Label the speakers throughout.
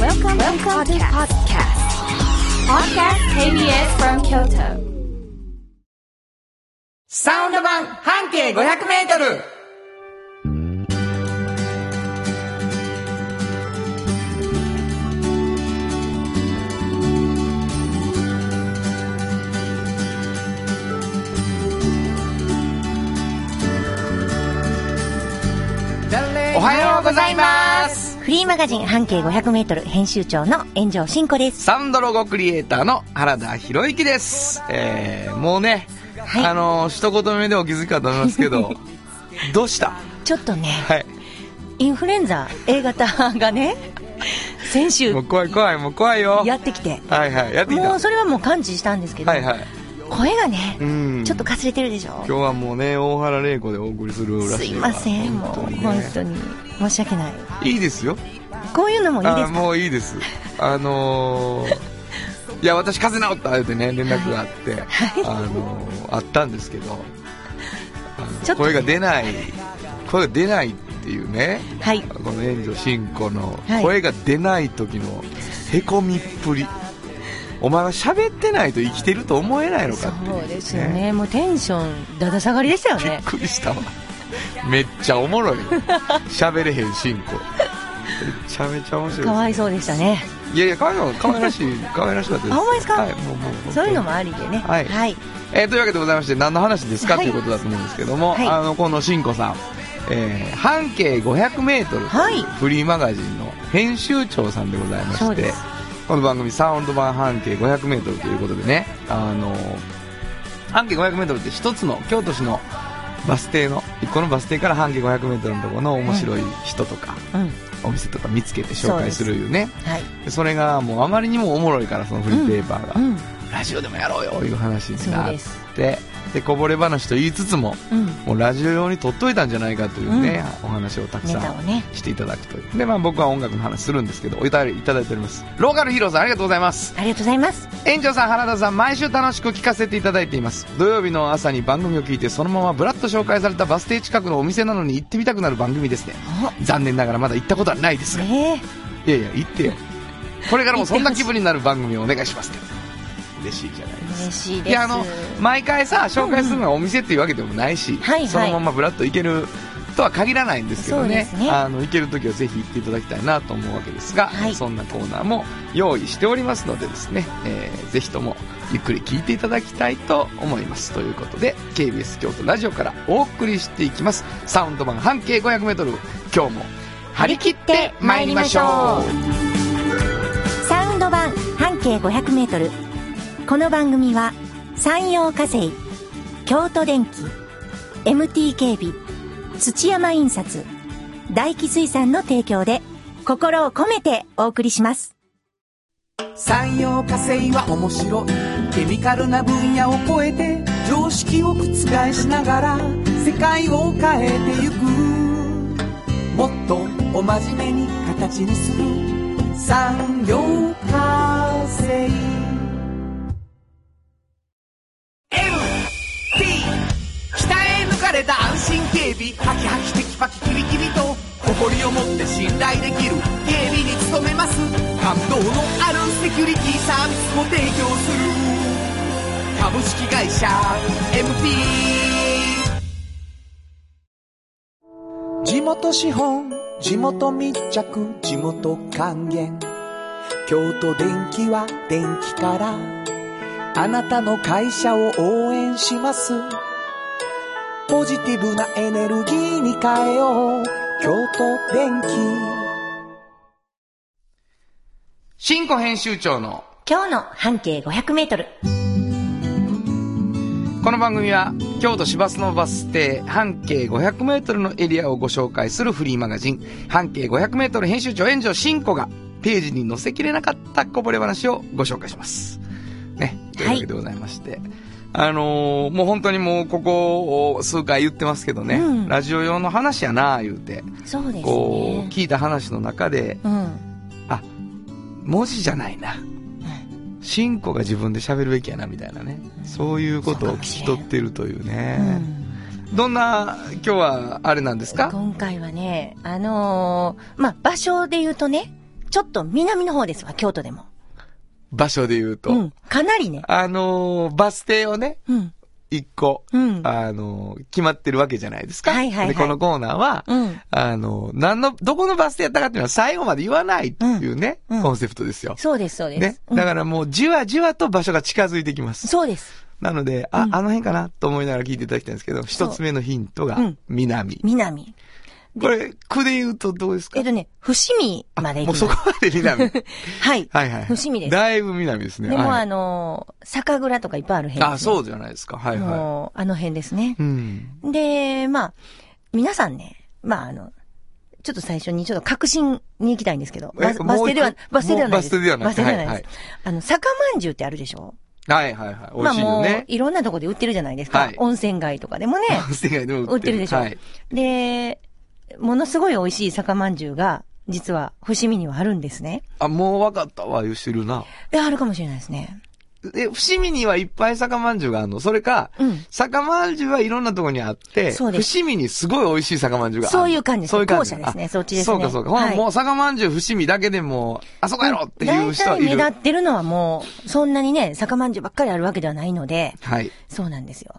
Speaker 1: Welcome, to the podcast. Podcast KBS from Kyoto.
Speaker 2: サウンド版半径500メートルおはようございます
Speaker 3: フリーマガジン半径500メートル編集長の炎上真子です。
Speaker 2: サウンドロゴクリエイターの原田博之です。えー、もうね、
Speaker 3: はい
Speaker 2: あのー、一言目でお気づきかと思いますけ ど、どうした
Speaker 3: ちょっとね、
Speaker 2: はい。
Speaker 3: インフルエンザ A 型 がね、先
Speaker 2: も
Speaker 3: 週
Speaker 2: う怖い怖い、もう怖いよ。
Speaker 3: やってきて、
Speaker 2: はいはい、やってきた。
Speaker 3: も
Speaker 2: は
Speaker 3: うそれはもう感知したんですけど、
Speaker 2: いはい。
Speaker 3: 声がね
Speaker 2: う、ん。
Speaker 3: ちょっとかすれてるでしょ。
Speaker 2: 今日はもうね、大原玲子でお送りするら
Speaker 3: す
Speaker 2: し
Speaker 3: い
Speaker 2: いわ
Speaker 3: ません、もう
Speaker 2: 本当にね
Speaker 3: 本当に申し訳ない。
Speaker 2: いいですよ。
Speaker 3: こういうのもいいで
Speaker 2: あ
Speaker 3: すか
Speaker 2: もういいです。あのー、 いや、私風邪治ったってね、連絡があって、あのー、あったんですけど、あの
Speaker 3: ちょっと
Speaker 2: 声
Speaker 3: ね
Speaker 2: が出ない、声が出ないっていうね、
Speaker 3: はい。
Speaker 2: この援助進行の
Speaker 3: はい
Speaker 2: 声が出ない時のへこみっぷり。お前は喋ってないと生きてると思えないのかっていう、
Speaker 3: そうですよね。もうテンション、だだ下がりでしたよ
Speaker 2: びっ
Speaker 3: ね。
Speaker 2: くりしたわめっちゃおもろいよ喋れへん進行めちゃめちゃ面白いです
Speaker 3: かわいそうでしたね。
Speaker 2: いやいやかわいそうかわいらしいかわいらしかったです
Speaker 3: あほんまですか
Speaker 2: はいもうもう
Speaker 3: そういうの
Speaker 2: も
Speaker 3: もありでね。
Speaker 2: はい
Speaker 3: はい。
Speaker 2: えーというわけでございまして何の話ですか、
Speaker 3: はい
Speaker 2: ということだと思うんですけども、
Speaker 3: はい
Speaker 2: あのこの進行さんえー半径 500m という
Speaker 3: はい
Speaker 2: フリーマガジンの編集長さんでございま
Speaker 3: そ
Speaker 2: し
Speaker 3: う
Speaker 2: て、
Speaker 3: です
Speaker 2: この番組サウンド版半径 500m ということでねあの半径 500m って一つの京都市のバス停の一個のバス停から半径 500m のところの面白い人とか、
Speaker 3: うん。
Speaker 2: お店とか見つけて紹介するいうね
Speaker 3: はい。
Speaker 2: それがもうあまりにもおもろいからそのフリーペーパーが、
Speaker 3: うん。
Speaker 2: ラジオでもやろうよいう話に
Speaker 3: そう
Speaker 2: なっ
Speaker 3: です。
Speaker 2: てでこぼれ話と言いつつも
Speaker 3: うん。
Speaker 2: もうラジオ用に取っといたんじゃないかというね、お話をたく
Speaker 3: ネ
Speaker 2: さ
Speaker 3: タを
Speaker 2: ん
Speaker 3: ね。
Speaker 2: していただくというで、まあ、僕は音楽の話するんですけどお便りいただいておりますローカルヒーローさんありがとうございます
Speaker 3: ありがとうございます。
Speaker 2: 園長さん原田さん毎週楽しく聞かせていただいています土曜日の朝に番組を聞いてそのままブラッと紹介されたバス停近くのお店なのに行ってみたくなる番組ですね残念ながらまだ行ったことはないですが
Speaker 3: ね
Speaker 2: いやいや行ってよこれからもそんな気分になる番組をお願いしますって嬉しいじゃない
Speaker 3: え嬉しいです
Speaker 2: いやあの毎回さ紹介するのはお店っていうわけでもないし、
Speaker 3: はいはい
Speaker 2: そのままブラッと行けるとは限らないんですけど
Speaker 3: そうで
Speaker 2: ね
Speaker 3: すね
Speaker 2: あの行ける時はぜひ行っていただきたいなと思うわけですが、
Speaker 3: はい
Speaker 2: そんなコーナーも用意しておりますのでですね、えーぜひともゆっくり聞いていただきたいと思いますということで KBS 京都ラジオからお送りしていきますサウンド版半径 500m 今日も張り切ってまいりましょう
Speaker 3: サウンド版半径500メートル。この番組は山陽火星、京都電機、MT 警備、土山印刷、大気水産の提供で心を込めてお送りします。
Speaker 4: 産業化成は面白いケミカルな分野を超えて常識を覆しながら世界を変えてゆくもっとお真面目に形にする産業化成 MT 鍛え抜かれた安心警備ハキハキテキパキキビキビと誇りを持って信頼できる警備に努めます感動のあるセキュリティサービスを提供する株式会社 MT 地元資本地元密着地元還元京都電気は電気からあなたの会社を応援しますポジティブなエネルギーに変えよう京都電気
Speaker 2: 新庫編集長の
Speaker 3: 今日の半径500メートル。
Speaker 2: この番組は京都市バスのバス停半径 500m のエリアをご紹介するフリーマガジン半径 500m 編集長炎上新子がページに載せきれなかったこぼれ話をご紹介します。ね。というわけでございまして。あのーもう本当にもうここを数回言ってますけどね、
Speaker 3: うん
Speaker 2: ラジオ用の話やなあ言うて、
Speaker 3: そうです
Speaker 2: こう
Speaker 3: ね。
Speaker 2: 聞いた話の中で、
Speaker 3: うん。
Speaker 2: 文字じゃないな。新子が自分で喋るべきやなみたいなね。そういうことを聞き取ってるというね。どんな、今日はあれなんですか
Speaker 3: 今回はね、あのーまあ、場所で言うとね、ちょっと南の方ですわ、京都でも。
Speaker 2: 場所で言うと。
Speaker 3: うん。かなりね。
Speaker 2: あのーバス停をね、
Speaker 3: うん。
Speaker 2: 一個、
Speaker 3: うん
Speaker 2: あのー決まってるわけじゃないですか。
Speaker 3: はいはいはい
Speaker 2: で、このコーナーは、
Speaker 3: うん
Speaker 2: あのー何の、どこのバス停やったかっていうのは最後まで言わないっていうね、
Speaker 3: うんうん
Speaker 2: コンセプトですよ。
Speaker 3: そうです、そうです。
Speaker 2: ね。
Speaker 3: うん
Speaker 2: だからもう、じわじわと場所が近づいてきます。
Speaker 3: そうです。
Speaker 2: なので、あ、あの辺かなと思いながら聞いていただきたいんですけど、一つ目のヒントが
Speaker 3: うん、
Speaker 2: 南。
Speaker 3: 南。
Speaker 2: これ、区で言うとどうですか
Speaker 3: えっとね、伏見まで行き
Speaker 2: もう
Speaker 3: ます。
Speaker 2: そこまで 南。
Speaker 3: はい。
Speaker 2: はいはい。
Speaker 3: 伏見です
Speaker 2: だいぶ南ですね。
Speaker 3: でも、
Speaker 2: はい
Speaker 3: あのー酒蔵とかいっぱいある辺
Speaker 2: あ、
Speaker 3: です、ね。
Speaker 2: そうじゃないですか。はいは
Speaker 3: もう、あの辺ですね
Speaker 2: い。う。ん。
Speaker 3: で、まあ、皆さんね、まあ、あの、ちょっと最初にちょっと確信に行きたいんですけど、
Speaker 2: え
Speaker 3: バスバス停で
Speaker 2: もう
Speaker 3: は
Speaker 2: 一、個
Speaker 3: バス停ではないです。
Speaker 2: もうバス停ではない
Speaker 3: バス停ではな
Speaker 2: はい
Speaker 3: いです。
Speaker 2: はい
Speaker 3: あの、酒まんじゅうってあるでしょ
Speaker 2: はいはいはい。美味しいよ
Speaker 3: まあもう
Speaker 2: ね、。
Speaker 3: いろんなとこで売ってるじゃないですか。
Speaker 2: はい
Speaker 3: 温泉街とかでも ね、
Speaker 2: 世界でも
Speaker 3: 売ってるでしょ。
Speaker 2: はい。
Speaker 3: で、ものすごい美味しい酒まんじゅうが、実は、伏見にはあるんですね。
Speaker 2: あ、もう分かったわ、言うしてるな。
Speaker 3: え、あるかもしれないですね。
Speaker 2: で、伏見にはいっぱい酒まんじゅうがあるの。それか、
Speaker 3: うん
Speaker 2: 酒まんじゅうはいろんなとこにあって、
Speaker 3: そうです
Speaker 2: 伏見にすごい美味しい酒まんじゅうがある。
Speaker 3: そういう感じです
Speaker 2: そういう感じ。
Speaker 3: 後者ですね
Speaker 2: あ
Speaker 3: そっちですね
Speaker 2: そうかそうか。ほな
Speaker 3: はい
Speaker 2: もう酒まんじゅう伏見だけでも、あそこやろっていう人は
Speaker 3: 大
Speaker 2: い
Speaker 3: 体
Speaker 2: る。
Speaker 3: 目立ってるのはもう、そんなにね、酒まんじゅうばっかりあるわけではないので、
Speaker 2: はい。
Speaker 3: そうなんですよ。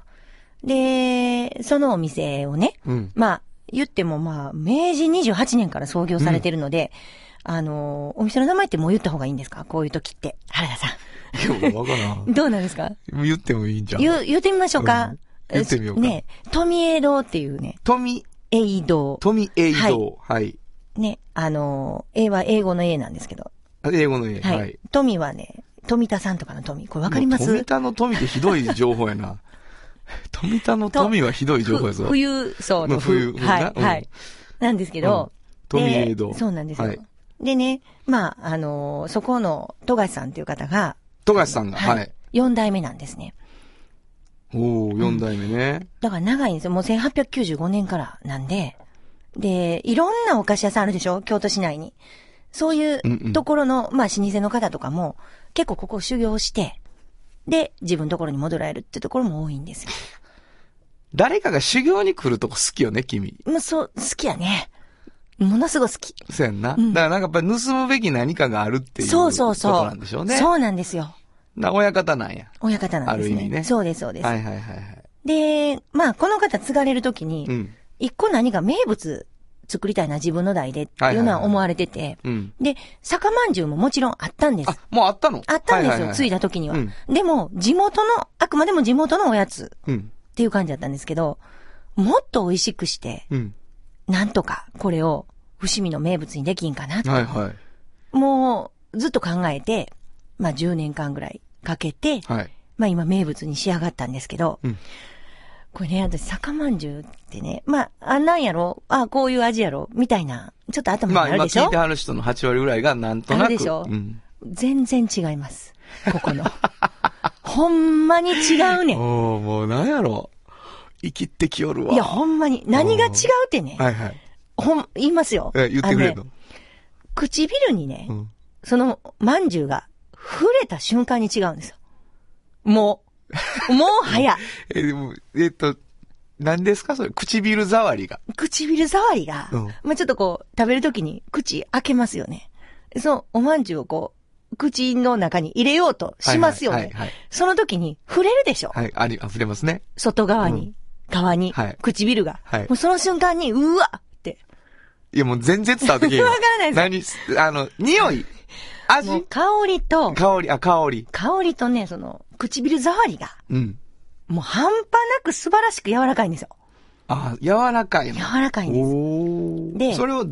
Speaker 3: で、そのお店をね、
Speaker 2: うん。
Speaker 3: まあ、言ってもまあ、明治28年から創業されてるので、あの、お店の名前ってもう言った方がいいんですかこういう時って。原田さ
Speaker 2: 今日分からん
Speaker 3: ん。。どうなんですか
Speaker 2: 言ってもいいんじゃん。
Speaker 3: 言う、言ってみましょうか。
Speaker 2: うん言ってみようか
Speaker 3: ね、富江堂っていうね、
Speaker 2: 富、
Speaker 3: 栄堂。
Speaker 2: 富栄堂。はい。
Speaker 3: ね、あの、A は英語の A なんですけど。
Speaker 2: あ英語の英。
Speaker 3: はい。
Speaker 2: はい。
Speaker 3: 富はね、富田さんとかの富。これわかりま
Speaker 2: もう富
Speaker 3: す
Speaker 2: 田の富ってひどい情報や な。富田の富はひどい情報やぞ。
Speaker 3: ふ冬、そう
Speaker 2: まあ
Speaker 3: の
Speaker 2: 冬う
Speaker 3: 冬。
Speaker 2: ん
Speaker 3: は、
Speaker 2: ないうん
Speaker 3: はい。なんですけど、
Speaker 2: うん
Speaker 3: で
Speaker 2: 富江堂
Speaker 3: そうなんですよ。
Speaker 2: はい
Speaker 3: でね、まあ、あのーそこの、富樫さんっていう方が、
Speaker 2: 富樫さんが。
Speaker 3: は
Speaker 2: はいい。。
Speaker 3: 四、代目なんですね。
Speaker 2: おお四代目ね。
Speaker 3: だから長いんですよ。もう1895年からなんで、で、いろんなお菓子屋さんあるでしょ京都市内に。そうい
Speaker 2: んう
Speaker 3: うんところの、まあ、老舗の方とかも、結構ここ修行して、で、自分のところに戻られるってところも多いんですよ。
Speaker 2: 誰かが修行に来るとこ好きよね、君。
Speaker 3: もう、そう、好きやね。ものすごい好き。
Speaker 2: そうやんな。
Speaker 3: うん
Speaker 2: だからなんかやっぱり盗むべき何かがあるっていう
Speaker 3: そうそうそう。
Speaker 2: ことなんでしょうね。
Speaker 3: そうなんですよ。
Speaker 2: な、親方なんや。
Speaker 3: 親方なんですね。
Speaker 2: ある意味ね
Speaker 3: そうです、そうです。
Speaker 2: はいはいはいはい。
Speaker 3: で、まあ、この方継がれるとき
Speaker 2: う
Speaker 3: に、
Speaker 2: ん。
Speaker 3: 一個何か名物作りたいな、自分の代でっていうのは思われてて、
Speaker 2: うん。
Speaker 3: で、酒まんじゅうももちろんあったんです
Speaker 2: あ。、もうあったの
Speaker 3: あったんですよ、
Speaker 2: つ
Speaker 3: 着い
Speaker 2: だ。
Speaker 3: た時には。
Speaker 2: うん
Speaker 3: でも、地元の、あくまでも地元のおやつ
Speaker 2: うん。
Speaker 3: っていう感じだったんですけど、もっと美味しくして、
Speaker 2: うん。
Speaker 3: なんとかこれを伏見の名物にできんかなと。
Speaker 2: はいはい。
Speaker 3: もう、ずっと考えて、まあ10年間ぐらいかけて、
Speaker 2: はい。
Speaker 3: まあ今名物に仕上がったんですけど、
Speaker 2: うん
Speaker 3: これね、私、酒まんじゅうってね、まあ、あんなんやろあこういう味やろみたいな、ちょっと頭に
Speaker 2: まあ
Speaker 3: ある
Speaker 2: 今
Speaker 3: でしょ、
Speaker 2: 聞いてはる人の8割ぐらいがなんとな
Speaker 3: あ
Speaker 2: く。
Speaker 3: るでしょ
Speaker 2: うん。
Speaker 3: 全然違います。ここの。 ほんまに違うねん。
Speaker 2: おー、も うなんやろ。生きってきよるわ。
Speaker 3: いや、ほんまに。何が違うってね。
Speaker 2: はいはい。
Speaker 3: ほん、言いますよ。
Speaker 2: え、言ってくれ
Speaker 3: あ
Speaker 2: るの
Speaker 3: のね唇にね、
Speaker 2: うん。
Speaker 3: その、まんじゅうが、触れた瞬間に違うんですよ。もう。もう早。
Speaker 2: え、でも、えっと、何ですかそれ、唇触りが。
Speaker 3: 唇触りが、
Speaker 2: うん
Speaker 3: まあ、ちょっとこう、食べるときに口開けますよね。その、おまんじゅうをこう、口の中に入れようとしますよね。
Speaker 2: はいはいはいはい
Speaker 3: その時に触れるでしょ。
Speaker 2: はい、あり、溢れますね。
Speaker 3: 外側
Speaker 2: う
Speaker 3: に、側に、
Speaker 2: はい
Speaker 3: 唇が。
Speaker 2: はい
Speaker 3: もうその瞬間に、うわって。
Speaker 2: いや、もう全然伝わってけえよ。
Speaker 3: わからない
Speaker 2: です。何、あの、匂い、味
Speaker 3: もう、香りと、
Speaker 2: 香り、あ、香り。
Speaker 3: 香りとね、その、唇触りが、
Speaker 2: うん。
Speaker 3: もう半端なく素晴らしく柔らかいんですよ。
Speaker 2: あ、柔らかいの。
Speaker 3: 柔らかいんです。
Speaker 2: おー
Speaker 3: で
Speaker 2: それは、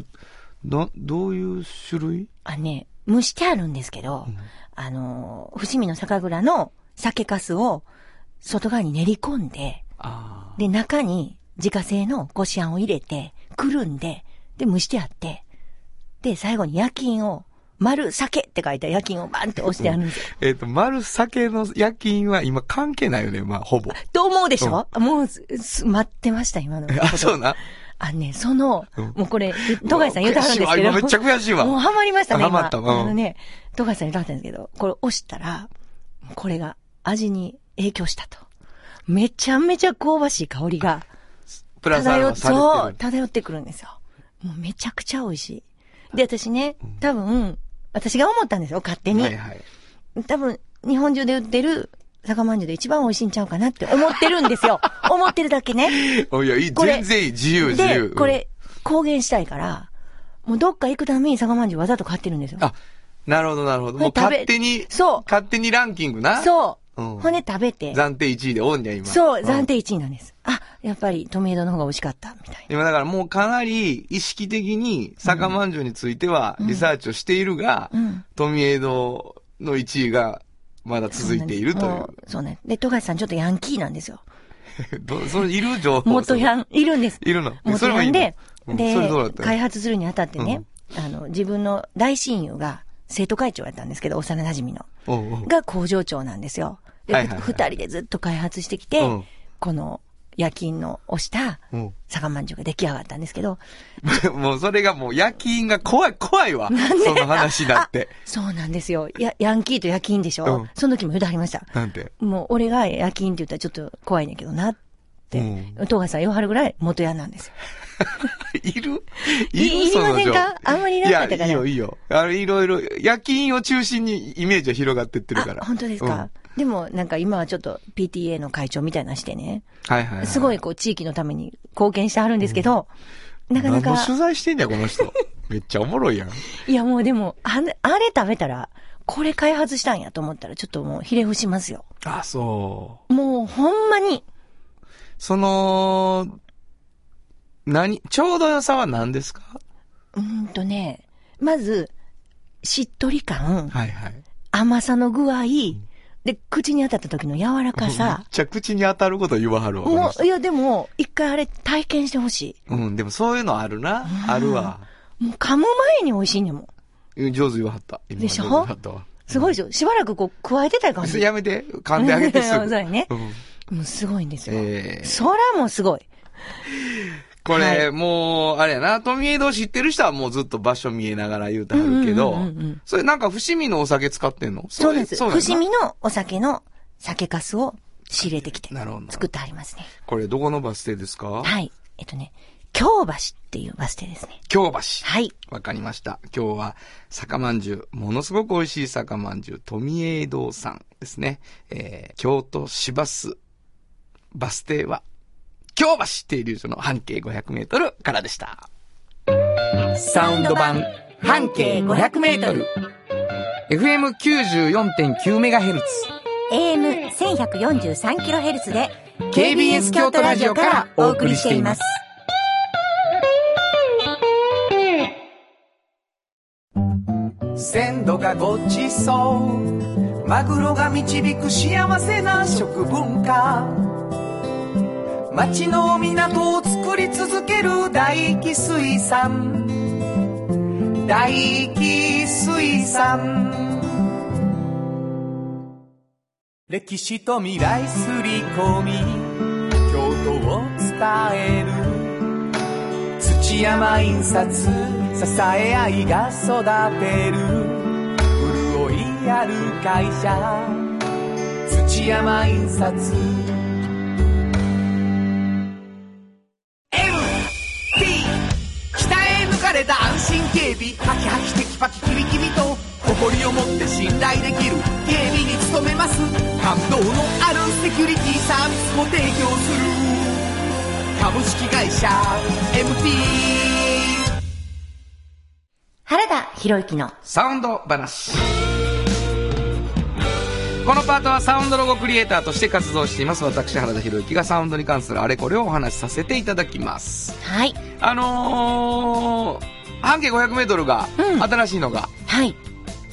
Speaker 2: な、どういう種類
Speaker 3: あのね、蒸してあるんですけど、あのー、伏見の酒蔵の酒粕を、外側に練り込んで、
Speaker 2: あ
Speaker 3: で、中に自家製のこしあんを入れて、くるんで、で、蒸してあって、で、最後に夜勤を、丸酒って書いた夜勤をバンって押してあるんですよ。
Speaker 2: あ。えっ、と、丸酒の夜勤は今関係ないよね、まあ、ほ ぼ。
Speaker 3: と思うでしょ、もうす、す待ってました、今の。
Speaker 2: えあ、そう。な。
Speaker 3: あのね、その、
Speaker 2: うん
Speaker 3: もうこれ、戸貝さん言うてはるんですけ
Speaker 2: う
Speaker 3: ど。
Speaker 2: わ悔しいわ今めっちゃ悔しいわ
Speaker 3: もうハマりましたね、
Speaker 2: ハ
Speaker 3: 今。
Speaker 2: マったうん
Speaker 3: あのね、戸貝さん言うてはったんですけど、これ押したら、これが味に影響したと。めちゃめちゃ香ばしい香りが、
Speaker 2: プラスアル
Speaker 3: 漂
Speaker 2: フ
Speaker 3: っ
Speaker 2: ァされてる。
Speaker 3: そう、漂ってくるんですよ。もうめちゃくちゃ美味しい。で、私ね、多分、私が思ったんですよ、勝手に。
Speaker 2: はいはい。
Speaker 3: 多分、日本中で売ってる酒まんじゅうで一番美味しいんちゃうかなって思ってるんです よ。思ってるだけね。
Speaker 2: おいや、いい、
Speaker 3: これ
Speaker 2: 全然いい。自由、自由。
Speaker 3: で、
Speaker 2: うん
Speaker 3: こ。れ、公言したいから、もうどっか行くために酒まんじゅうわざと買ってるんですよ。
Speaker 2: あ、なるほど、なるほど。もう
Speaker 3: これ食べ
Speaker 2: 勝手に、
Speaker 3: そう
Speaker 2: 勝手にランキングな。
Speaker 3: そう。
Speaker 2: うん
Speaker 3: ほんで食べて。
Speaker 2: 暫定1位でおんねや、今。
Speaker 3: そう、
Speaker 2: ん
Speaker 3: 暫定1位なんです。あ、やっぱり、富江戸の方が美味しかった、みたいな。
Speaker 2: 今だからもうかなり意識的に酒まんじゅうについてはリサーチをしているが、
Speaker 3: うん
Speaker 2: 富江戸の1位がまだ続いていると
Speaker 3: そうなんですもうそうね。で、富樫さんちょっとヤンキーなんですよ。
Speaker 2: いう。 どうそれいる情報
Speaker 3: 元ヤン、いるんです。
Speaker 2: いるのそ
Speaker 3: 元
Speaker 2: れもい
Speaker 3: ヤ
Speaker 2: い
Speaker 3: ン
Speaker 2: の
Speaker 3: で、
Speaker 2: うん
Speaker 3: で
Speaker 2: それどうだったの
Speaker 3: 開発するにあたってね、あの、自分の大親友が生徒会長やったんですけど、幼馴染の。
Speaker 2: おうおう
Speaker 3: が工場長なんですよ。で、
Speaker 2: はいはいはい
Speaker 3: 二人でずっと開発してきて、
Speaker 2: うん
Speaker 3: この夜勤の押した
Speaker 2: うん
Speaker 3: 酒まんじゅうが出来上がったんですけど、
Speaker 2: もうそれがもう夜勤が怖い、怖いわ。その話だ って。
Speaker 3: そうなんですよ。や、ヤンキーと夜勤でしょ、
Speaker 2: うん
Speaker 3: その時も言うてはりました。
Speaker 2: なんて。
Speaker 3: もう俺が夜勤って言ったらちょっと怖いねんけどなって、
Speaker 2: うん
Speaker 3: 東海さん言わはるぐらい元ヤンなんですよ。
Speaker 2: いる
Speaker 3: いいり
Speaker 2: その
Speaker 3: ません
Speaker 2: 情報
Speaker 3: かあんまりなかったから
Speaker 2: いや、いいよ、いいよ。あれ、いろいろ、夜勤を中心にイメージは広がってってるから。
Speaker 3: あ、本当ですか、でもなんか今はちょっと PTA の会長みたいなのしてね、
Speaker 2: うんはいはいは
Speaker 3: すご
Speaker 2: い。
Speaker 3: いこう地域のために貢献してはるんですけど、なかな
Speaker 2: 何
Speaker 3: か。
Speaker 2: の取材してんねや、この 人。めっちゃおもろいやん。
Speaker 3: いやもうでも、あれ、あれ食べたら、これ開発したんやと思ったら、ちょっともうひれ伏しますよ。
Speaker 2: あ、そう。
Speaker 3: もうほんまに、
Speaker 2: その、何、ちょうど良さは何ですか
Speaker 3: うーんとね、まず、しっとり感、
Speaker 2: はいはい。
Speaker 3: 甘さの具合、で、口に当たった時の柔らか
Speaker 2: め
Speaker 3: さ
Speaker 2: っ。ちゃ口に当たること言わはるわ。この
Speaker 3: も
Speaker 2: 人
Speaker 3: う、いやでも、一回あれ体験してほし
Speaker 2: うん、でもそういうのあるな。あるわ。
Speaker 3: い。もう噛む前に美味しいねんもん。
Speaker 2: うん上手言わはった。今
Speaker 3: でしょ
Speaker 2: 上手言わはったわ。
Speaker 3: すごいでしょしばらくこう、加えてたい感
Speaker 2: そ
Speaker 3: じ
Speaker 2: れ。やめて、噛んであげてす
Speaker 3: そ
Speaker 2: ぐ。
Speaker 3: うやね
Speaker 2: うん
Speaker 3: もうすごいんですよ。
Speaker 2: えー
Speaker 3: そらもうすごい。
Speaker 2: これ、
Speaker 3: はい
Speaker 2: もう、あれやな、富江戸知ってる人はもうずっと場所見えながら言うてはるけど
Speaker 3: うんうんうんうんうん、
Speaker 2: それなんか伏見のお酒使ってんの
Speaker 3: そうです。
Speaker 2: れ
Speaker 3: 伏
Speaker 2: なんだ
Speaker 3: 見のお酒の酒粕を仕入れてきて
Speaker 2: なるほど、
Speaker 3: 作ってありますね。
Speaker 2: これどこのバス停ですか
Speaker 3: はい。えっとね、京橋っていうバス停ですね。
Speaker 2: 京橋。
Speaker 3: はい。
Speaker 2: わかりました。今日は、酒まんじゅう、ものすごく美味しい酒まんじゅう、富江堂さんですね。えー、京都市バス、バス停は、京橋停留所の半径500メートルからでした。サウンド版、半径500メートル。FM94.9 メガヘルツ。
Speaker 3: AM1143kHz で
Speaker 2: KBS 京都ラジオからお送りしています。
Speaker 4: 鮮度がごちそうマグロが導く幸せな食文化町の港を作り続ける大気水産大気水産歴史と未来すり込み京都を伝える土山印刷支え合いが育てる潤いある会社土山印刷 MT 鍛え抜かれた安心警備ハキハキテキパキキビキビと誇りを持って信頼できる警備に努めます感動のあるセキュリティサービスも提供する株式会社 MT
Speaker 3: 原田博之の
Speaker 2: サウンド話。このパートはサウンドロゴクリエイターとして活動しています。私、原田博之がサウンドに関するあれこれをお話しさせていただきます。
Speaker 3: はい。
Speaker 2: あのー、半径500メートルが、
Speaker 3: うん
Speaker 2: 新しいのが
Speaker 3: はい。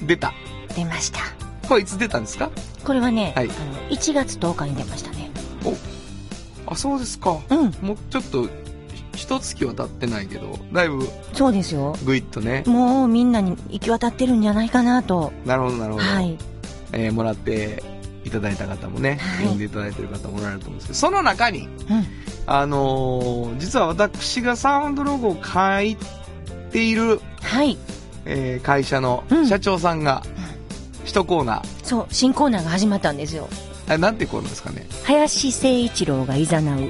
Speaker 2: 出た。
Speaker 3: 出ました。
Speaker 2: これいつ出たんですか
Speaker 3: これはね、
Speaker 2: はい
Speaker 3: あの1月10日に出ましたね。
Speaker 2: あ、そうですか。
Speaker 3: うん。
Speaker 2: もうちょっと、ひ一月は経ってないけど、だいぶ
Speaker 3: そうですよ。
Speaker 2: ぐいっとね。
Speaker 3: もうみんなに行き渡ってるんじゃないかなと。
Speaker 2: なるほど、なるほど。
Speaker 3: はい。
Speaker 2: えーもらっていただいた方もね、
Speaker 3: はい
Speaker 2: 読んでいただいてる方もおられると思うんですけど、その中に、
Speaker 3: うん。
Speaker 2: あのー実は私がサウンドロゴを書いている、
Speaker 3: はい。
Speaker 2: えー会社の
Speaker 3: うん
Speaker 2: 社長さんが、一コーナー、
Speaker 3: そう、新コーナーが始まったんですよ。
Speaker 2: あなんてコーナーですかね
Speaker 3: 林誠一郎が誘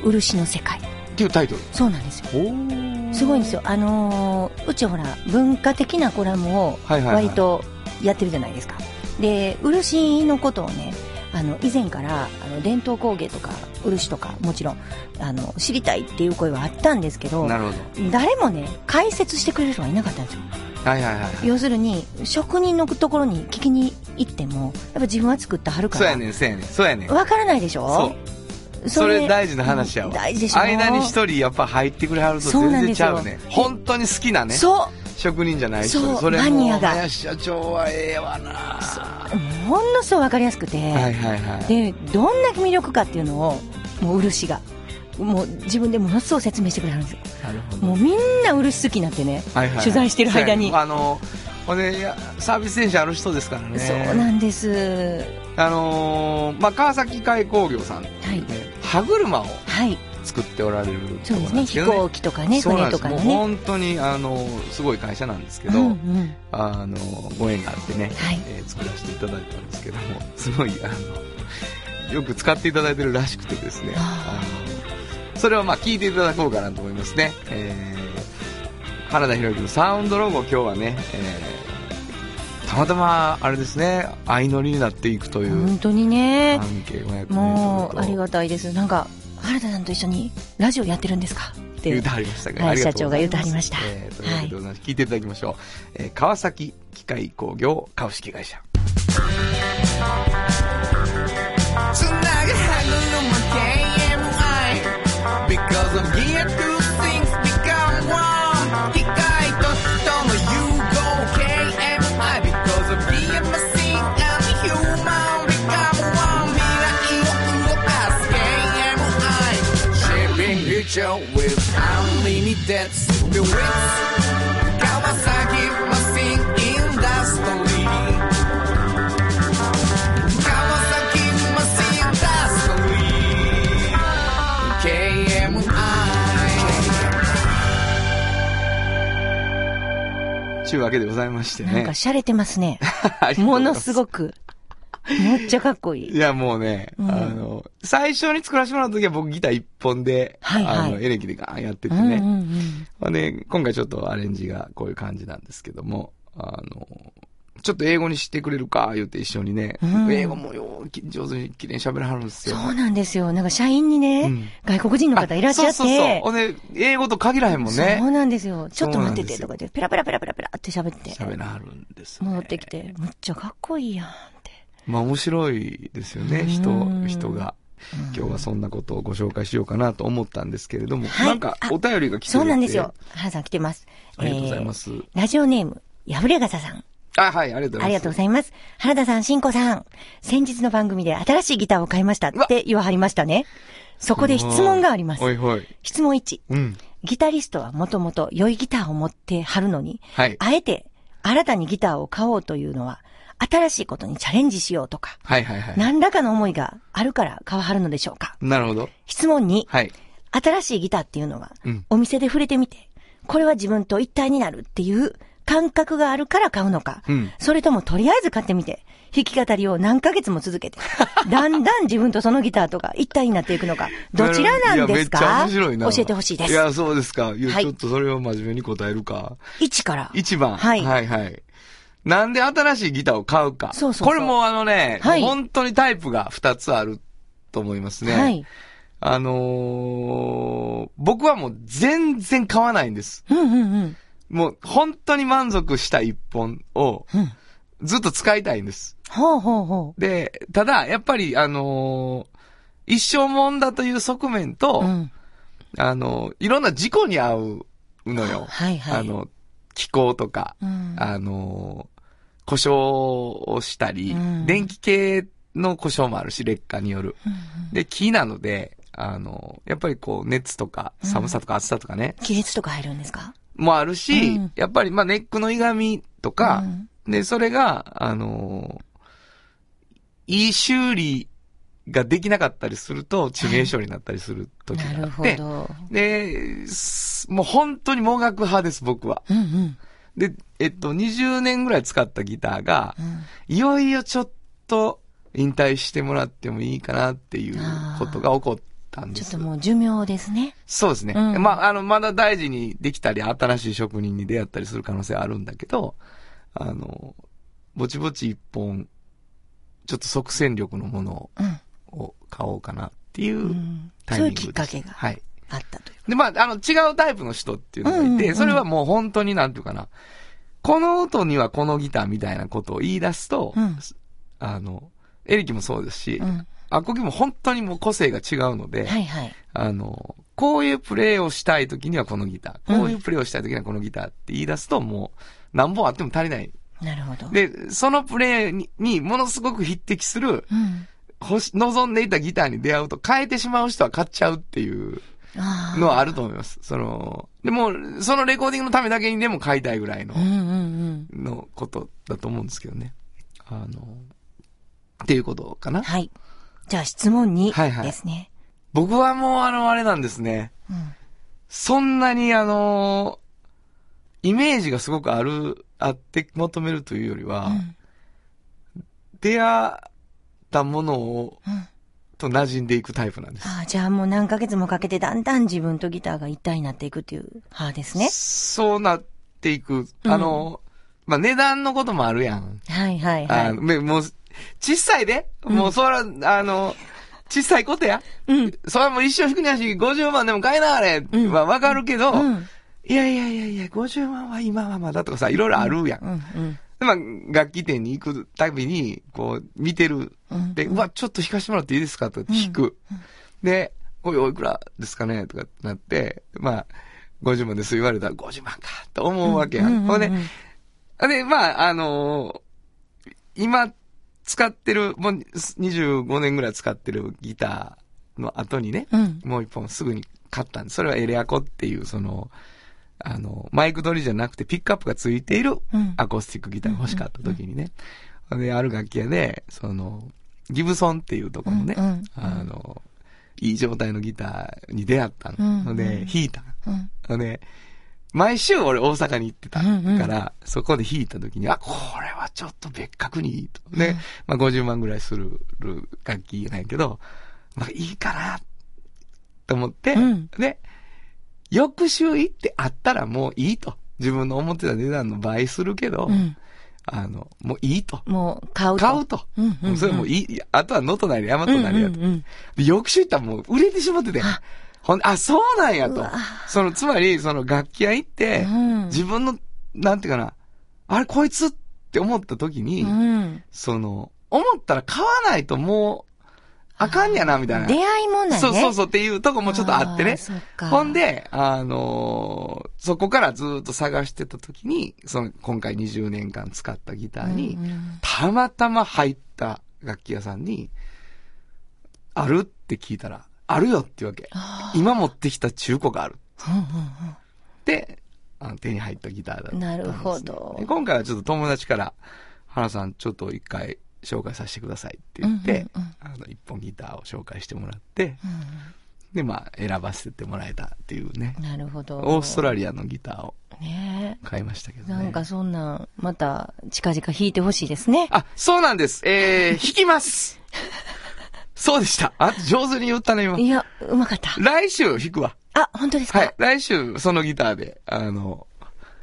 Speaker 3: う漆の世界。
Speaker 2: っていうタイトル。
Speaker 3: そうなんですよ。
Speaker 2: おー
Speaker 3: すごいんですよ。あのーうちほら、文化的なコラムを、
Speaker 2: はいはいはい
Speaker 3: 割とやってるじゃないですかで漆のことをねあの以前からあの伝統工芸とか漆とかもちろんあの知りたいっていう声はあったんですけど
Speaker 2: なるほど。
Speaker 3: 誰もね解説してくれる人がいなかったんですよ
Speaker 2: はいはいはいはい。
Speaker 3: 要するに職人のところに聞きに行ってもやっぱ自分は作ったはるか
Speaker 2: そう
Speaker 3: ら
Speaker 2: やねん、そうやねん、そうやねん。
Speaker 3: わからないでし
Speaker 2: そ
Speaker 3: ょ
Speaker 2: う。それ大事な話やわ。
Speaker 3: 大事でしょ
Speaker 2: 間に一人やっぱ入ってくれはると
Speaker 3: そう
Speaker 2: 全
Speaker 3: なん
Speaker 2: 然
Speaker 3: で
Speaker 2: ち
Speaker 3: すよ
Speaker 2: ゃうね。本当に好きなね、
Speaker 3: そ
Speaker 2: 職人じゃない人
Speaker 3: そう
Speaker 2: それ
Speaker 3: マニ
Speaker 2: も
Speaker 3: アが
Speaker 2: 林社長はええわなは
Speaker 3: うほんのそうわかりやすくて、
Speaker 2: いはいはい。
Speaker 3: でどんな魅力かっていうのをもう漆がもう自分でものすごく説明してくれはるんですよ
Speaker 2: なるほど
Speaker 3: もうみんな漆好きになってね、
Speaker 2: はいはいはい
Speaker 3: 取材してる間に
Speaker 2: そうやねんあの、ほんでいやサービス精神ある人ですからね。
Speaker 3: そうなんです
Speaker 2: あのーまあ、川崎海工業さん、ね、
Speaker 3: はい
Speaker 2: 歯車を
Speaker 3: はい
Speaker 2: 作っておられると
Speaker 3: そう
Speaker 2: こ
Speaker 3: で
Speaker 2: ろ
Speaker 3: す
Speaker 2: なんですけ
Speaker 3: ね飛
Speaker 2: どね。
Speaker 3: 行機とかね
Speaker 2: そうなん
Speaker 3: 船
Speaker 2: です。
Speaker 3: とか
Speaker 2: も
Speaker 3: の
Speaker 2: う
Speaker 3: ね
Speaker 2: 本当に、あのーすごい会社なんですけ
Speaker 3: う
Speaker 2: ど、
Speaker 3: んうん
Speaker 2: あのーご縁があってね、
Speaker 3: はい
Speaker 2: えー作らせていただいたんですけども、 すごい、あの、よく使っていただいてるらしくてですね、あ
Speaker 3: あ
Speaker 2: のそれをまあ聞いていただこうかなと思いますね。えー、原田博之のサウンドロゴ今日はね、えーたまたま、あれですね、相乗りになっていくという、
Speaker 3: 本当にね
Speaker 2: 半径500メートルと。
Speaker 3: もうありがたいですなんか原田さんと一緒にラジオやってるんですかっ
Speaker 2: 言うて
Speaker 3: て
Speaker 2: はりましたが、
Speaker 3: はい
Speaker 2: ありとうござい
Speaker 3: 社長が言うてはりました
Speaker 2: えーというわけでございます聞いていただきましょう。えー川崎機械工業株式会社。
Speaker 4: つなぐはぐの KMI Because I'm here to things become one 機械と人の融合 KMI Because I'm here machine and human become one 未来を動かす KMI Shaping future with unlimited spirits 川崎 machine industry Kawasaki Machine Industry KMI
Speaker 2: ちゅうわけでございましてね。
Speaker 3: なんか洒落てますね
Speaker 2: ありがとうご
Speaker 3: も
Speaker 2: ざい
Speaker 3: の
Speaker 2: ます
Speaker 3: すごくめっちゃかっこい
Speaker 2: い
Speaker 3: い
Speaker 2: や、もうね、
Speaker 3: うん
Speaker 2: あの、最初に作らせてもらった時は僕ギター一本で、
Speaker 3: はいはい
Speaker 2: あの、エレキでガーンやって
Speaker 3: う
Speaker 2: て
Speaker 3: んうん
Speaker 2: ね。
Speaker 3: うん
Speaker 2: まあね、今回ちょっとアレンジがこういう感じなんですけども、あの、ちょっと英語にしてくれるか、言って一緒にね、
Speaker 3: うん
Speaker 2: 英語もようき上手に綺麗に喋らはるんです
Speaker 3: そ
Speaker 2: よ。
Speaker 3: うなんですよ。なんか社員にね、
Speaker 2: うん
Speaker 3: 外国人の方いらっしゃって。
Speaker 2: あそうそうそう。ほんで、英語と限らへんもんね
Speaker 3: そ。うなんですよ。ちょっと
Speaker 2: そうな
Speaker 3: 待
Speaker 2: ん
Speaker 3: っ
Speaker 2: で
Speaker 3: て
Speaker 2: すよ
Speaker 3: てとかで、ペラペラペラペラペラって喋って、
Speaker 2: 喋らはるんです、ね。
Speaker 3: 戻ってきて、むっちゃかっこいいやんって。
Speaker 2: まあ面白いですよね、
Speaker 3: うん
Speaker 2: 人、人が。今日はそんなことをご紹介しようかなと思ったんですけれども、
Speaker 3: はい
Speaker 2: なんかお便りが来てるって
Speaker 3: そうなんですよ。。原さん来てます。
Speaker 2: ありがとうございます
Speaker 3: えーラジオネーム、やぶれがささん。
Speaker 2: あ、はい、ありがとうご
Speaker 3: あ
Speaker 2: ざい
Speaker 3: り
Speaker 2: ま
Speaker 3: が
Speaker 2: す
Speaker 3: とう。ございます。原田さん、しんこさん。先日の番組で新しいギターを買いましたって言わはりましたね。そこで質問があります。
Speaker 2: おいおい。
Speaker 3: 質問1。
Speaker 2: うん。
Speaker 3: ギタリストはもともと良いギターを持ってはるのに、
Speaker 2: はい
Speaker 3: あえて新たにギターを買おうというのは、新しいことにチャレンジしようとか、
Speaker 2: はいはいはい。
Speaker 3: 何らかの思いがあるから買わはるのでしょうか
Speaker 2: なるほど。
Speaker 3: 質問に、
Speaker 2: はい。
Speaker 3: 新しいギターっていうのは、
Speaker 2: うん
Speaker 3: お店で触れてみて、これは自分と一体になるっていう感覚があるから買うのか、
Speaker 2: うん
Speaker 3: それともとりあえず買ってみて、弾き語りを何ヶ月も続け て、だんだん自分とそのギターとか一体になっていくのか、どちらなん
Speaker 2: いや
Speaker 3: ですか
Speaker 2: めっちゃ面白いな。
Speaker 3: 教えてほしいです
Speaker 2: い。や、そうですか。いや、
Speaker 3: はい
Speaker 2: ちょっとそれを真面目に答えるか。
Speaker 3: 1から。
Speaker 2: 一番。
Speaker 3: はい
Speaker 2: はいはい。なんで新しいギターを買うか。
Speaker 3: そうそうそう
Speaker 2: これもあのね、
Speaker 3: はい
Speaker 2: 本当にタイプが二つあると思いますね。
Speaker 3: はい。
Speaker 2: あのー僕はもう全然買わないんです。
Speaker 3: うんうんうん。
Speaker 2: もう本当に満足した一本を
Speaker 3: うん。
Speaker 2: ずっと使いたいんです。
Speaker 3: ほうほうほ
Speaker 2: で、ただ、やっぱり、あのー一生もんだという側面と、
Speaker 3: う。うん。
Speaker 2: あのーいろんな事故に遭うのよ。
Speaker 3: はいはい。
Speaker 2: あ、の、気候とか、
Speaker 3: うん、
Speaker 2: あのー故障をしたり、
Speaker 3: うん
Speaker 2: 電気系の故障もあるし、劣化による。
Speaker 3: うんうん
Speaker 2: で、木なので、あのーやっぱりこう、熱とか、
Speaker 3: うん
Speaker 2: 寒さとか暑さとかね、
Speaker 3: 亀裂とか入るんですか
Speaker 2: もあるし、
Speaker 3: うん
Speaker 2: やっぱり、まあ、ネックの歪みとか、で、それが、あのーいい修理ができなかったりすると、致命傷になったりする
Speaker 3: うん、
Speaker 2: 時
Speaker 3: な
Speaker 2: があ
Speaker 3: る
Speaker 2: っ
Speaker 3: ほ
Speaker 2: て、
Speaker 3: ど。
Speaker 2: で、すもう本当に盲学派です、僕は。
Speaker 3: うんうん
Speaker 2: で、えっと、20年ぐらい使ったギターが、
Speaker 3: うん。
Speaker 2: いよいよちょっと引退してもらってもいいかなっていうことが起こったんで
Speaker 3: ちょっ
Speaker 2: す
Speaker 3: と。もう寿命ですね。
Speaker 2: そうですね。
Speaker 3: うん
Speaker 2: まあ、あの、まだ大事にできたり、新しい職人に出会ったりする可能性はあるんだけど、あの、ぼちぼち一本、ちょっと即戦力のもの
Speaker 5: うん。
Speaker 2: を買おうかなっていううんタイ
Speaker 5: そう
Speaker 2: ミ
Speaker 5: い
Speaker 2: ン
Speaker 5: う
Speaker 2: グ
Speaker 5: き
Speaker 2: でし
Speaker 5: ったかけが
Speaker 2: はい。
Speaker 5: あったという。
Speaker 2: で、まあ、あの、違うタイプの人っていうのがいて、
Speaker 5: うんうんうん
Speaker 2: それはもう本当になんていうかな、この音にはこのギターみたいなことを言い出すと、
Speaker 5: うん
Speaker 2: あの、エレキもそうですし、
Speaker 5: うん。
Speaker 2: アコギも本当にもう個性が違うので、
Speaker 5: はいはい。
Speaker 2: あの、こういうプレイをしたい時にはこのギター、こういうプレイをしたい時にはこのギターって言い出すともう何本あっても足りない。
Speaker 5: なるほど。
Speaker 2: で、そのプレイににものすごく匹敵する、
Speaker 5: うん。
Speaker 2: 欲し望んでいたギターに出会うと変えてしまう人は買っちゃうっていう
Speaker 5: ああ。
Speaker 2: のはあると思います。その、でも、そのレコーディングのためだけにでも買いたいぐらいの
Speaker 5: うん、うん
Speaker 2: のことだと思うんですけどね。あの、っていうことか
Speaker 5: うん。
Speaker 2: な。
Speaker 5: はい。じゃあ質問に
Speaker 2: はいはい
Speaker 5: ですね。
Speaker 2: 僕はもうあの、あれなんですね。
Speaker 5: うん。
Speaker 2: そんなにあのイメージがすごくある、あって求めるというよりは、
Speaker 5: うん
Speaker 2: 出会ったものを、
Speaker 5: うん
Speaker 2: と馴染んでいくタイプなんです。
Speaker 5: ああ、じゃあもう何ヶ月もかけてだんだん自分とギターが一体になっていくっていう派ですね。
Speaker 2: そうなっていく。
Speaker 5: うん
Speaker 2: あのまあ、値段のこともあるやん。
Speaker 5: はいはい
Speaker 2: あ
Speaker 5: は
Speaker 2: のめもう、小さいで、もうそら、あの、小さいことや。
Speaker 5: い。うん。
Speaker 2: それはもう一生服にやし、50万でも買えなあれ、はわかるけど、
Speaker 5: うん。
Speaker 2: いやいやいやいや、50万は今はまだとかさ、いろいろあるやん
Speaker 5: うん。うん。
Speaker 2: で、まあ、楽器店に行くたびに、こう、見てる。
Speaker 5: うん
Speaker 2: で、うわ、ちょっと弾かしてもらっていいですかとかって弾く。で、おい、おいくらですかねとかってなって、まあ、50万です言われたら50万か、と思うわけやん。ほ、んで、で、まあ、あのー今、使ってる、もう25年ぐらい使ってるギターの後にね、
Speaker 5: うん。
Speaker 2: もう一本すぐに買ったんです。それはエレアコっていう、その、あの、マイク取りじゃなくてピックアップがついている
Speaker 5: うん
Speaker 2: アコースティックギターが欲しかった時にね。で、ある楽器屋で、その、ギブソンっていうところのね、
Speaker 5: うんうん
Speaker 2: あの、いい状態のギターに出会った
Speaker 5: うん
Speaker 2: の。
Speaker 5: うん
Speaker 2: で、弾いた。
Speaker 5: うん。
Speaker 2: ので、毎週俺大阪に行ってたか
Speaker 5: うんうん
Speaker 2: ら、そこで弾いた時に、あ、これはちょっと別格にいいと。で、まあ50万ぐらいする楽器なんやけど、まあいいかな、と思って、
Speaker 5: うん
Speaker 2: で、翌週行ってあったらもういいと。自分の思ってた値段の倍するけど、
Speaker 5: うん。
Speaker 2: あの、もういいと。
Speaker 5: もう買うと。
Speaker 2: 買うと。
Speaker 5: うんうんうん
Speaker 2: それもういい。いやあとは野となり山
Speaker 5: う
Speaker 2: と
Speaker 5: ん
Speaker 2: なりやと。
Speaker 5: うんうん
Speaker 2: で、翌週行ったらもう売れてしまってて。ほんであ、そうなんやと。その、つまり、その楽器屋行って、
Speaker 5: うん
Speaker 2: 自分の、なんていうかな、あれこいつって思った時に、
Speaker 5: うん。
Speaker 2: その、思ったら買わないともう、あかんやな、みたいな。
Speaker 5: 出会い問題ね。
Speaker 2: そうそうそうっていうとこもちょっとあって
Speaker 5: あー
Speaker 2: ね
Speaker 5: そっ。か
Speaker 2: ほんで、あのーそこからずーっと探してた時に、その、今回20年間使ったギターに、
Speaker 5: うんうん
Speaker 2: たまたま入った楽器屋さんに、あるって聞いたら、あるよって言うわけ。今持ってきた中古がある。で、あの手に入ったギターだったんです
Speaker 5: な
Speaker 2: ね、
Speaker 5: るほど
Speaker 2: で今回はちょっと友達から、原さんちょっと一回紹介させてくださいって言って、
Speaker 5: うんうんうん
Speaker 2: あの、一本ギターを紹介してもらって、で、まあ、選ばせてもらえたっていうね。
Speaker 5: なるほど。
Speaker 2: オーストラリアのギターを
Speaker 5: ね
Speaker 2: 買いましたけど
Speaker 5: え。
Speaker 2: ね。
Speaker 5: なんかそんなん、また、近々弾いてほしいですね。
Speaker 2: あ、そうなんです。えー、弾きます。そうでした。あ、上手に言ったね、今。
Speaker 5: いや、うまかった。
Speaker 2: 来週弾くわ。
Speaker 5: あ、本当です
Speaker 2: は
Speaker 5: か
Speaker 2: い。来週、そのギターで、あの、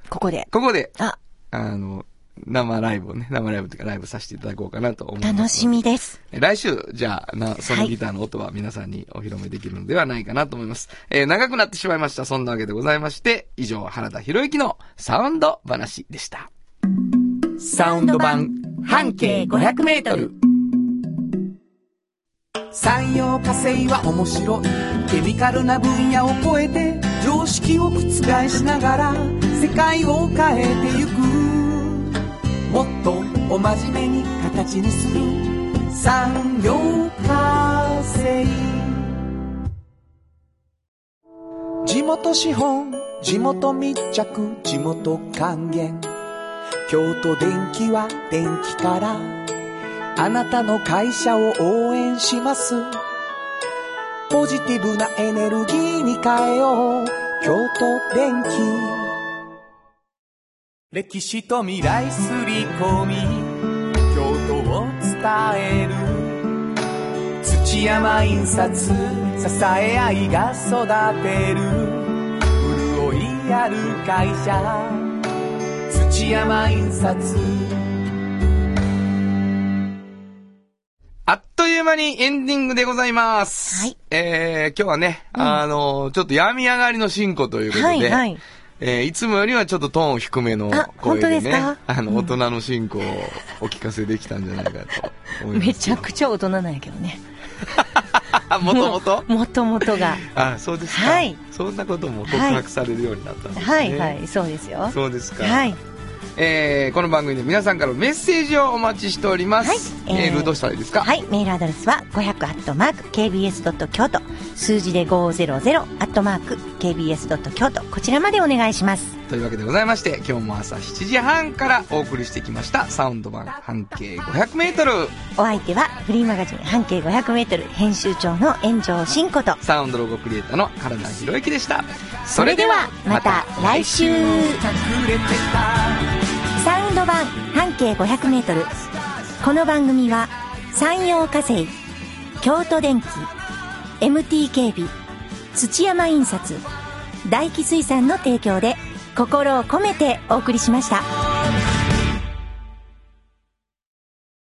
Speaker 5: ここで。
Speaker 2: ここで、
Speaker 5: あ、
Speaker 2: あの、生ライブをね、生ライブというかライブさせていただこうかなと思います。
Speaker 5: 楽しみです。
Speaker 2: 来週、じゃあ、な、そのギターの音は皆さんにお披露目できるのではないかなと思います。えー、長くなってしまいました。そんなわけでございまして、以上、原田博之のサウンド話でした。
Speaker 4: サウンド版
Speaker 3: 半径500メートル
Speaker 4: 産業化成は面白いケミカルな分野を超えて常識を覆しながら世界を変えてゆくもっとお真面目に形にする産業化成地元資本地元密着地元還元京都電気は電気からあなたの会社を応援します。ポジティブなエネルギーに変えよう。京都電気。歴史と未来すり込み、京都を伝える。土山印刷、支え合いが育てる。潤いある会社、土山印刷。
Speaker 2: 間にエンディングでございます。
Speaker 3: はい。
Speaker 2: えー、今日はね、あの、ちょっと病み上がりの進行ということで、
Speaker 3: はいはい
Speaker 2: えー、いつもよりはちょっとトーン低めの
Speaker 3: あ
Speaker 2: 声
Speaker 3: 本
Speaker 2: で
Speaker 3: 当
Speaker 2: ね、
Speaker 3: ですか
Speaker 2: あの、大人の進行をお聞かせできたんじゃないかと思います。
Speaker 3: めちゃくちゃ大人なんやけどね。
Speaker 2: ゃ。もともと
Speaker 3: もともとが。
Speaker 2: あ、そうですか。
Speaker 3: はい
Speaker 2: そんなことも告白されるようになったんですね。
Speaker 3: はいはい、そうですよ。
Speaker 2: そうですか。
Speaker 3: はい。
Speaker 2: えー、この番組で皆さんからのメッセージをお待ちしております。
Speaker 3: はい
Speaker 2: メ
Speaker 3: えー
Speaker 2: ールどうしたらいいですか
Speaker 3: はい、メールアドレスは5 0 0マーク k b s 京都数字で5 0 0マーク k b s 京都こちらまでお願いします。
Speaker 2: というわけでございまして今日も朝7時半からお送りしてきましたサウンド版半径 500m
Speaker 3: お相手はフリーマガジン半径500メートル編集長の炎上真子と。
Speaker 2: サウンドロゴクリエイターの原田博之でしたそ
Speaker 3: それではまた来週。
Speaker 4: サウンド版半径 500m この番組は山陽火星京都電機 MT 警備土山印刷大気水産の提供で心を込めてお送りしました。